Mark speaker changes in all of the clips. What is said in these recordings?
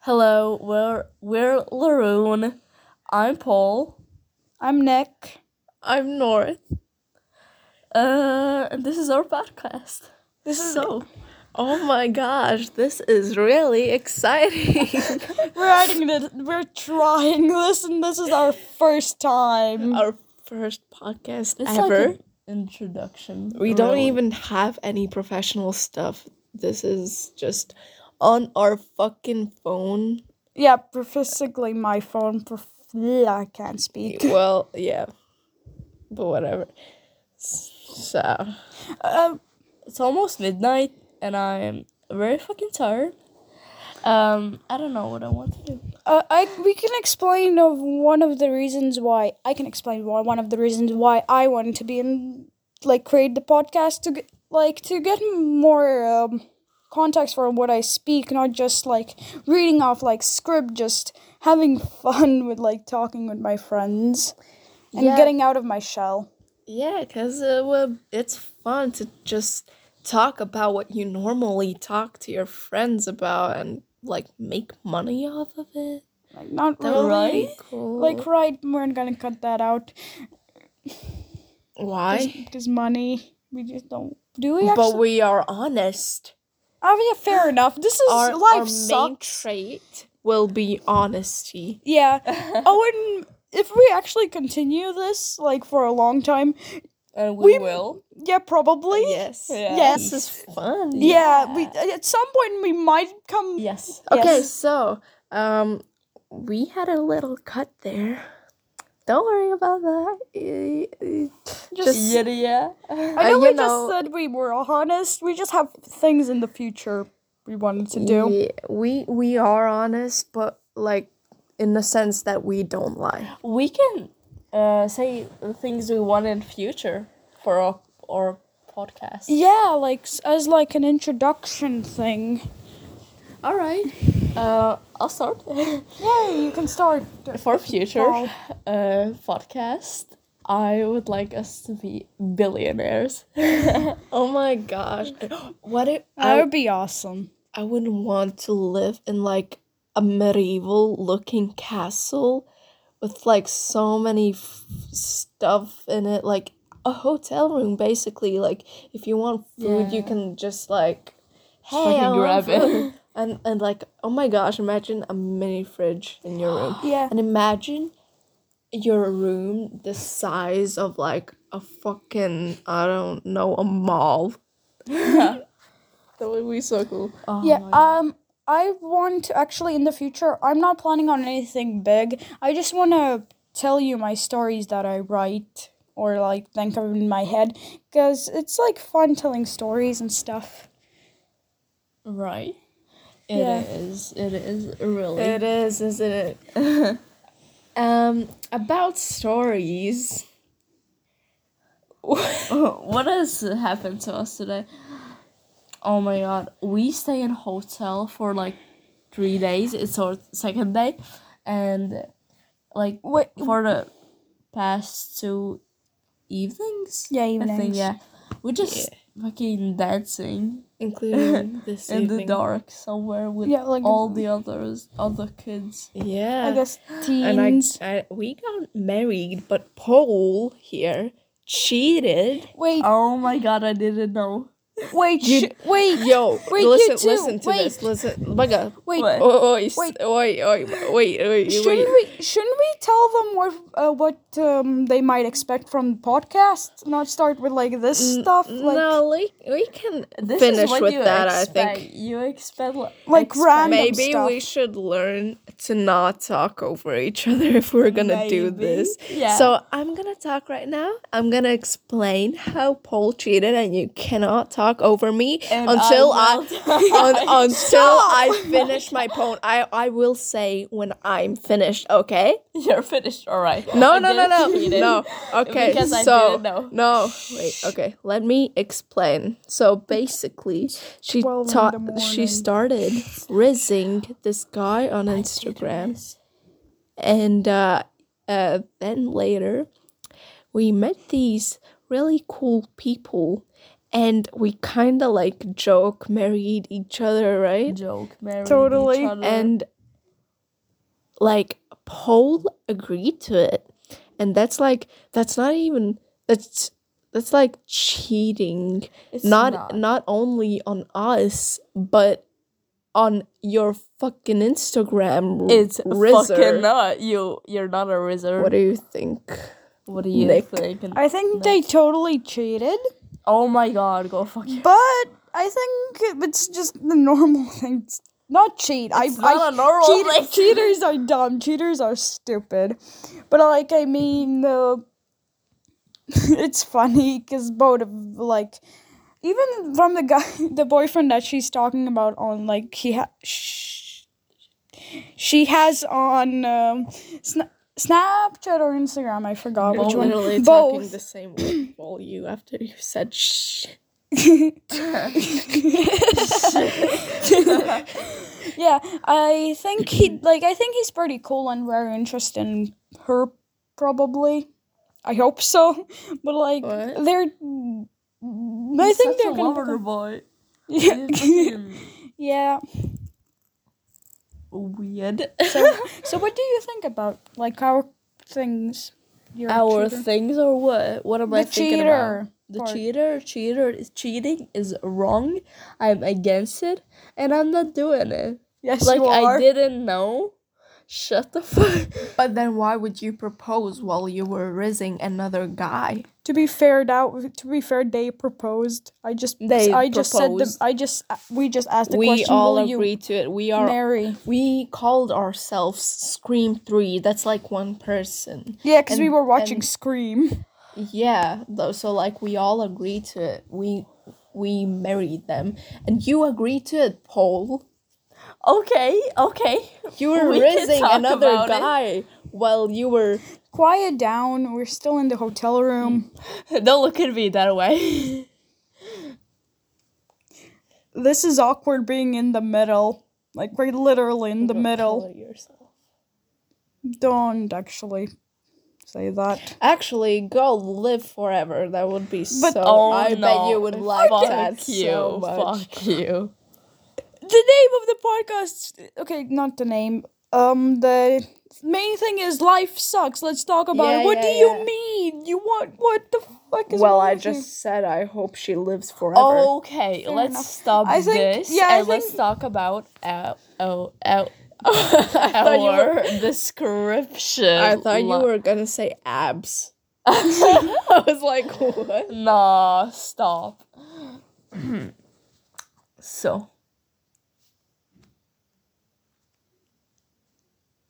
Speaker 1: Hello, we're we're Laroon. I'm Paul.
Speaker 2: I'm Nick.
Speaker 3: I'm North.
Speaker 1: Uh, and this is our podcast.
Speaker 3: This is
Speaker 1: so
Speaker 3: Oh my gosh, this is really exciting.
Speaker 2: We're adding this. We're trying this, and this is our first time.
Speaker 3: Our first podcast
Speaker 1: it's like
Speaker 3: ever.
Speaker 1: an introduction.
Speaker 3: we don't
Speaker 1: really.
Speaker 3: even have any professional stuff. This is just on our fucking phone.
Speaker 2: yeah, specifically my phone. Prof- I can't speak.
Speaker 3: well, yeah. But whatever. So,
Speaker 2: Uh,
Speaker 1: It's almost midnight, and I'm very fucking tired. Um, I don't know what I want to do.
Speaker 2: uh, I we can explain of one of the reasons why I can explain why one of the reasons why I wanted to be in like create the podcast to get, like to get more um, context for what I speak, not just like reading off like script, just having fun with like talking with my friends and
Speaker 3: Yeah.
Speaker 2: getting out of my shell.
Speaker 3: yeah, cuz uh, well, it's fun to just talk about what you normally talk to your friends about and like make money off of it.
Speaker 2: Like not
Speaker 3: That would
Speaker 2: really.
Speaker 3: be
Speaker 1: Right?
Speaker 3: cool.
Speaker 2: Like right, we're gonna cut that out
Speaker 3: why?
Speaker 2: because money. We just don't. Do we actually?
Speaker 3: But we are honest.
Speaker 2: I mean, fair enough. This is
Speaker 3: Our,
Speaker 2: life
Speaker 3: our main
Speaker 2: sucks.
Speaker 3: trait will be honesty.
Speaker 2: Yeah. oh, and if we actually continue this like for a long time,
Speaker 1: And
Speaker 2: We-
Speaker 1: will.
Speaker 2: Uh, yeah, probably.
Speaker 3: Yes.
Speaker 1: Yeah.
Speaker 2: Yes.
Speaker 3: This is fun.
Speaker 2: Yeah,
Speaker 1: Yeah.
Speaker 2: we at some point we might come.
Speaker 1: Yes.
Speaker 3: Okay,
Speaker 2: Yes.
Speaker 3: so um we had a little cut there. Don't worry about that. Eh, eh, Just
Speaker 1: yeah, yeah.
Speaker 3: uh,
Speaker 2: I know
Speaker 3: you
Speaker 2: we
Speaker 3: know-
Speaker 2: just said we were honest. We just have things in the future we wanted to do.
Speaker 3: Yeah, we we are honest, but like in the sense that we don't lie.
Speaker 1: we can uh, say the things we want in future for our, our podcast.
Speaker 2: Yeah, like s- as like an introduction thing.
Speaker 1: All right. Uh, I'll start
Speaker 2: Yeah, you can start.
Speaker 1: for future
Speaker 2: Wow.
Speaker 1: uh, podcast. I would like us to be billionaires.
Speaker 3: Oh my gosh. What if
Speaker 2: That would be awesome.
Speaker 3: I wouldn't want to live in like a medieval looking castle with like so many f- stuff in it, like a hotel room basically. Like if you want food, you
Speaker 1: Yeah.
Speaker 3: can just like
Speaker 1: Just
Speaker 3: "Hey, I
Speaker 1: fucking
Speaker 3: want
Speaker 1: grab it."
Speaker 3: food." And and like oh my gosh, imagine a mini fridge in your room,
Speaker 2: Yeah.
Speaker 3: and imagine your room the size of like a fucking I don't know a mall. That would be so cool.
Speaker 1: Oh
Speaker 2: yeah
Speaker 1: my-
Speaker 2: um i want to actually in the future i'm not planning on anything big i just want to tell you my stories that i write or like think of in my head because it's like fun telling stories and stuff
Speaker 1: right. It is.
Speaker 2: Yeah.
Speaker 1: It is really.
Speaker 3: It is, isn't it? um, about stories.
Speaker 1: what has happened to us today? Oh my god, we stay in hotel for like three days. It's our second day, and like
Speaker 2: Wait,
Speaker 1: for the past two evenings.
Speaker 2: yeah
Speaker 1: I think
Speaker 2: evenings
Speaker 1: yeah, we just fucking dancing
Speaker 3: Including this
Speaker 1: in the dark somewhere with
Speaker 2: Yeah, like-
Speaker 1: all the others other kids.
Speaker 3: Yeah.
Speaker 2: i guess
Speaker 3: And I,
Speaker 2: teens
Speaker 3: I, we got married, but Paul here cheated.
Speaker 2: wait
Speaker 1: Oh my god, I didn't know.
Speaker 2: wait sh- wait
Speaker 3: Yo,
Speaker 2: Wait, you
Speaker 3: listen,
Speaker 2: too.
Speaker 3: listen to this. Listen, my God.
Speaker 2: wait
Speaker 1: What?
Speaker 3: Oh, wait,
Speaker 2: Wait.
Speaker 3: wait, wait, wait, wait,
Speaker 2: Shouldn't we shouldn't we tell them what uh, what um, they might expect from the podcast? Not start with like this stuff, like
Speaker 3: no, we, we can
Speaker 1: This is
Speaker 3: finish
Speaker 1: what
Speaker 3: with
Speaker 1: you
Speaker 3: that, I
Speaker 1: expect.
Speaker 3: think.
Speaker 1: you expect like,
Speaker 2: Like random-
Speaker 3: Maybe
Speaker 2: stuff.
Speaker 3: we should learn to not talk over each other if we're gonna do
Speaker 1: Maybe.
Speaker 3: this.
Speaker 1: Yeah.
Speaker 3: So I'm gonna talk right now. I'm gonna explain how Paul cheated, and you cannot talk over me
Speaker 1: And
Speaker 3: until
Speaker 1: I
Speaker 3: I,
Speaker 1: will
Speaker 3: un- until I finish my poem. I I will say when I'm finished. Okay.
Speaker 1: You're finished. All right.
Speaker 3: No,
Speaker 1: I
Speaker 3: no, no,
Speaker 1: didn't
Speaker 3: no,
Speaker 1: cheat it.
Speaker 3: no. Okay,
Speaker 1: Because I
Speaker 3: so
Speaker 1: didn't know.
Speaker 3: no, wait. Okay, let me explain. So basically, she
Speaker 2: 12 in the
Speaker 3: taught. She
Speaker 2: morning.
Speaker 3: started rizzing this guy on Instagram, and uh, uh, then later, we met these really cool people, and we kind of like joke married each other, right?
Speaker 1: Joke, married
Speaker 2: Totally.
Speaker 3: Mm-hmm.
Speaker 1: each other.
Speaker 3: and like Paul agreed to it. And that's like that's not even that's that's like cheating
Speaker 1: It's
Speaker 3: not, not only on us but on your fucking Instagram.
Speaker 1: It's
Speaker 3: Rizzer.
Speaker 1: fucking not. You you're not a wizard.
Speaker 3: What
Speaker 1: What,
Speaker 3: do you think?
Speaker 1: do you
Speaker 3: Nick?
Speaker 1: think?
Speaker 2: I think they totally cheated,
Speaker 1: oh my god, go fuck you.
Speaker 2: but I think it's just the normal thing. It's not cheat. I,
Speaker 1: It's not
Speaker 2: I
Speaker 1: a normal
Speaker 2: cheat-
Speaker 1: thing.
Speaker 2: Cheaters are dumb. Cheaters are stupid. But like, I mean, uh, it's funny because both of like, even from the guy, the boyfriend that she's talking about on like he ha- sh- she has on um, Sna- Snapchat or Instagram. I forgot
Speaker 3: You're
Speaker 2: which one.
Speaker 3: literally
Speaker 2: Both.
Speaker 3: talking the same word while you after you said shh.
Speaker 2: yeah, I think he like I think he's pretty cool and very interested in her probably. I hope so. But like
Speaker 3: What?
Speaker 2: they're I think
Speaker 1: such
Speaker 2: they're
Speaker 1: a
Speaker 2: gonna
Speaker 1: lover boy.
Speaker 2: Yeah.
Speaker 1: He's fucking
Speaker 2: yeah.
Speaker 1: weird.
Speaker 2: So what do you think about like our things? Your
Speaker 1: Our
Speaker 2: cheater-
Speaker 1: things or what? What am I
Speaker 2: The
Speaker 1: thinking
Speaker 2: cheater
Speaker 1: about? The
Speaker 2: part.
Speaker 1: cheater, cheater is cheating is wrong. I'm against it, and I'm not doing it.
Speaker 2: Yes,
Speaker 1: like
Speaker 2: you are.
Speaker 1: I didn't know. Shut the fuck.
Speaker 3: But then why would you propose while you were rizzing another guy?
Speaker 2: To be fair, out. To be fair, they proposed. I just.
Speaker 1: They
Speaker 2: I just said. The,
Speaker 1: proposed.
Speaker 2: I just. We just asked the
Speaker 3: we
Speaker 2: question.
Speaker 3: all
Speaker 2: will
Speaker 3: agree
Speaker 2: you
Speaker 3: to it. We are
Speaker 2: marry?
Speaker 3: we called ourselves Scream 3. That's like one person.
Speaker 2: Yeah, because
Speaker 3: And-
Speaker 2: we were watching
Speaker 3: and-
Speaker 2: Scream.
Speaker 3: Yeah, though so like we all agreed to it. We we married them. And you agreed to it, Paul.
Speaker 1: Okay, okay.
Speaker 3: You were
Speaker 1: We can
Speaker 3: rizzing
Speaker 1: talk
Speaker 3: another
Speaker 1: about it.
Speaker 3: guy while you were
Speaker 2: Quiet down. We're still in the hotel room.
Speaker 1: Don't look at me that way.
Speaker 2: This is awkward being in the middle. Like we're literally in the middle. Don't actually say that.
Speaker 3: Actually, go live forever. That would be
Speaker 2: But-
Speaker 3: so.
Speaker 1: oh,
Speaker 3: I bet
Speaker 1: no.
Speaker 3: you would like
Speaker 1: fuck
Speaker 3: that
Speaker 1: you.
Speaker 3: so much.
Speaker 1: Fuck you.
Speaker 2: The name of the podcast. Okay, not the name. Um, the main thing is life sucks. Let's talk about
Speaker 3: Yeah,
Speaker 2: it. What
Speaker 3: yeah,
Speaker 2: do you
Speaker 3: yeah.
Speaker 2: mean? You want what the fuck is
Speaker 3: Well,
Speaker 2: wrong
Speaker 3: I
Speaker 2: with you?
Speaker 3: just said I hope she lives forever.
Speaker 1: Okay, let's
Speaker 2: enough.
Speaker 1: stop
Speaker 2: I think-
Speaker 1: this
Speaker 2: yeah, I
Speaker 1: and let's
Speaker 2: think-
Speaker 1: talk about uh, oh, oh,
Speaker 3: thought you
Speaker 1: our
Speaker 3: were-
Speaker 1: description.
Speaker 3: I thought you
Speaker 1: Lo-
Speaker 3: were gonna say abs. I was like, what?
Speaker 1: Nah, stop. so.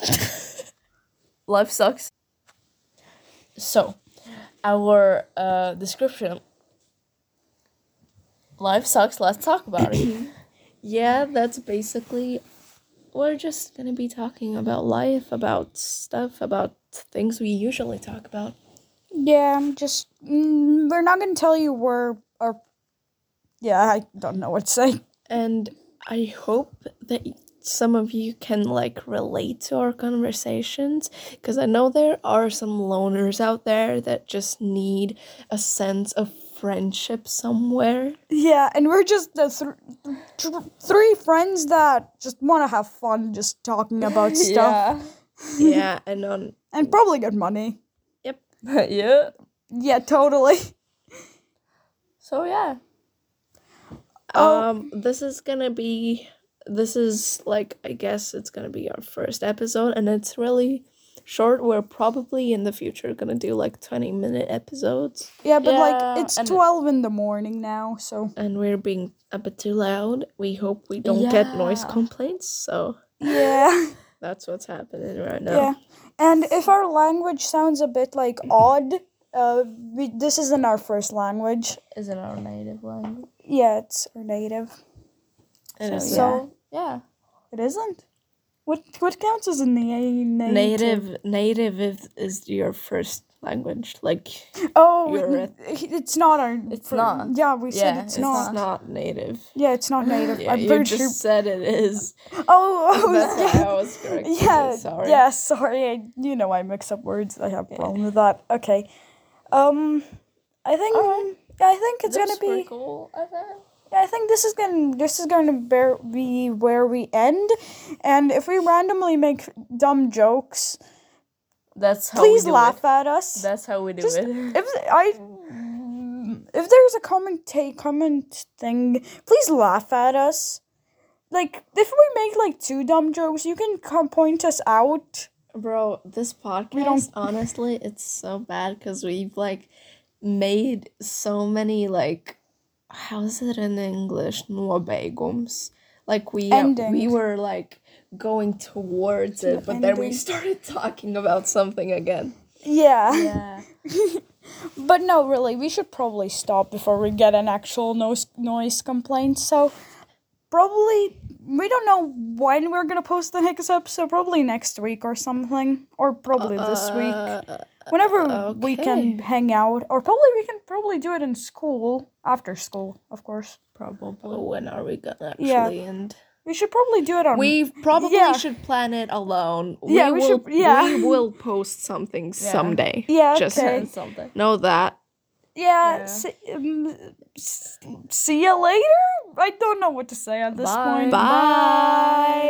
Speaker 1: Life sucks. So, our uh, description. Life sucks, let's talk about it.
Speaker 3: Yeah, that's basically. We're just gonna be talking about life, about stuff, about things we usually talk about.
Speaker 2: Yeah, I'm just. Mm, we're not gonna tell you where or. Yeah, I don't know what to say.
Speaker 3: and I hope that y- some of you can like relate to our conversations because I know there are some loners out there that just need a sense of friendship somewhere.
Speaker 2: Yeah, and we're just the thr- tr- three friends that just want to have fun, just talking about stuff,
Speaker 3: yeah, and on
Speaker 2: and probably get money.
Speaker 1: Yeah. yeah.
Speaker 2: Yeah, totally.
Speaker 1: So, yeah.
Speaker 3: um this is going to be this is like I guess it's going to be our first episode and it's really short. We're probably in the future going to do like 20 minute episodes.
Speaker 2: Yeah, but
Speaker 1: Yeah,
Speaker 2: like it's
Speaker 1: and-
Speaker 2: twelve in the morning now, so
Speaker 3: and we're being a bit too loud. We hope we don't get noise
Speaker 1: Yeah.
Speaker 3: complaints. So
Speaker 2: yeah,
Speaker 3: that's what's happening right now.
Speaker 2: yeah. And if our language sounds a bit like odd, uh, we, this isn't our first language.
Speaker 1: Isn't our native language.
Speaker 2: Yeah, it's our native.
Speaker 3: And it's
Speaker 1: So, yeah.
Speaker 2: It isn't. What what counts as a na- native?
Speaker 3: native native is, is your first language. Like
Speaker 2: Oh,
Speaker 3: You're
Speaker 2: it- it's not our.
Speaker 1: It's not.
Speaker 2: Yeah, we said
Speaker 1: Yeah,
Speaker 2: it's,
Speaker 1: it's
Speaker 2: not.
Speaker 3: it's not native.
Speaker 2: Yeah, it's not native.
Speaker 3: Yeah,
Speaker 2: I'm
Speaker 3: you
Speaker 2: pretty
Speaker 3: just
Speaker 2: sure.
Speaker 3: said it is.
Speaker 2: Oh, oh
Speaker 3: That's
Speaker 2: yeah.
Speaker 3: how I was correcting
Speaker 2: yeah,
Speaker 3: you, Sorry.
Speaker 2: yeah. Sorry, I, you know I mix up words. I have a problem with that. Okay, um, I think I think it's gonna be
Speaker 1: cool, I think.
Speaker 2: I think this is gonna this is gonna bear, be where we end, and if we randomly make dumb jokes,
Speaker 1: That's how
Speaker 2: please
Speaker 1: we do
Speaker 2: laugh
Speaker 1: it.
Speaker 2: at us.
Speaker 1: That's how we do
Speaker 2: Just-
Speaker 1: it.
Speaker 2: if I if there's a comment take comment thing, please laugh at us. Like if we make like two dumb jokes, you can come point us out.
Speaker 3: Bro, this podcast
Speaker 2: don't-
Speaker 3: honestly, it's so bad because we've like made so many like how is it in English? Nuabegums. Like we we
Speaker 2: Endings.
Speaker 3: were like going towards it, but then we
Speaker 2: ending.
Speaker 3: started talking about something again.
Speaker 2: Yeah.
Speaker 1: yeah.
Speaker 2: But no, really, we should probably stop before we get an actual noise noise complaint. So probably we don't know when we're gonna post the hiccup. So probably next week or something, or probably this week.
Speaker 3: Uh,
Speaker 2: Whenever we can
Speaker 3: okay.
Speaker 2: hang out, or probably we can probably do it in school after school, of course.
Speaker 3: probably when are we gonna actually
Speaker 2: Yeah.
Speaker 3: end?
Speaker 2: We should probably do it on.
Speaker 3: We probably
Speaker 2: Um, yeah.
Speaker 3: should plan it alone.
Speaker 2: Yeah, we
Speaker 3: will,
Speaker 2: should- yeah.
Speaker 3: we will post something someday.
Speaker 2: Yeah,
Speaker 3: Just
Speaker 2: okay.
Speaker 1: Something.
Speaker 3: know that.
Speaker 2: yeah.
Speaker 1: Yeah.
Speaker 2: See, um, s- see you later. I don't know what to say at this
Speaker 1: Bye.
Speaker 2: point.
Speaker 3: Bye.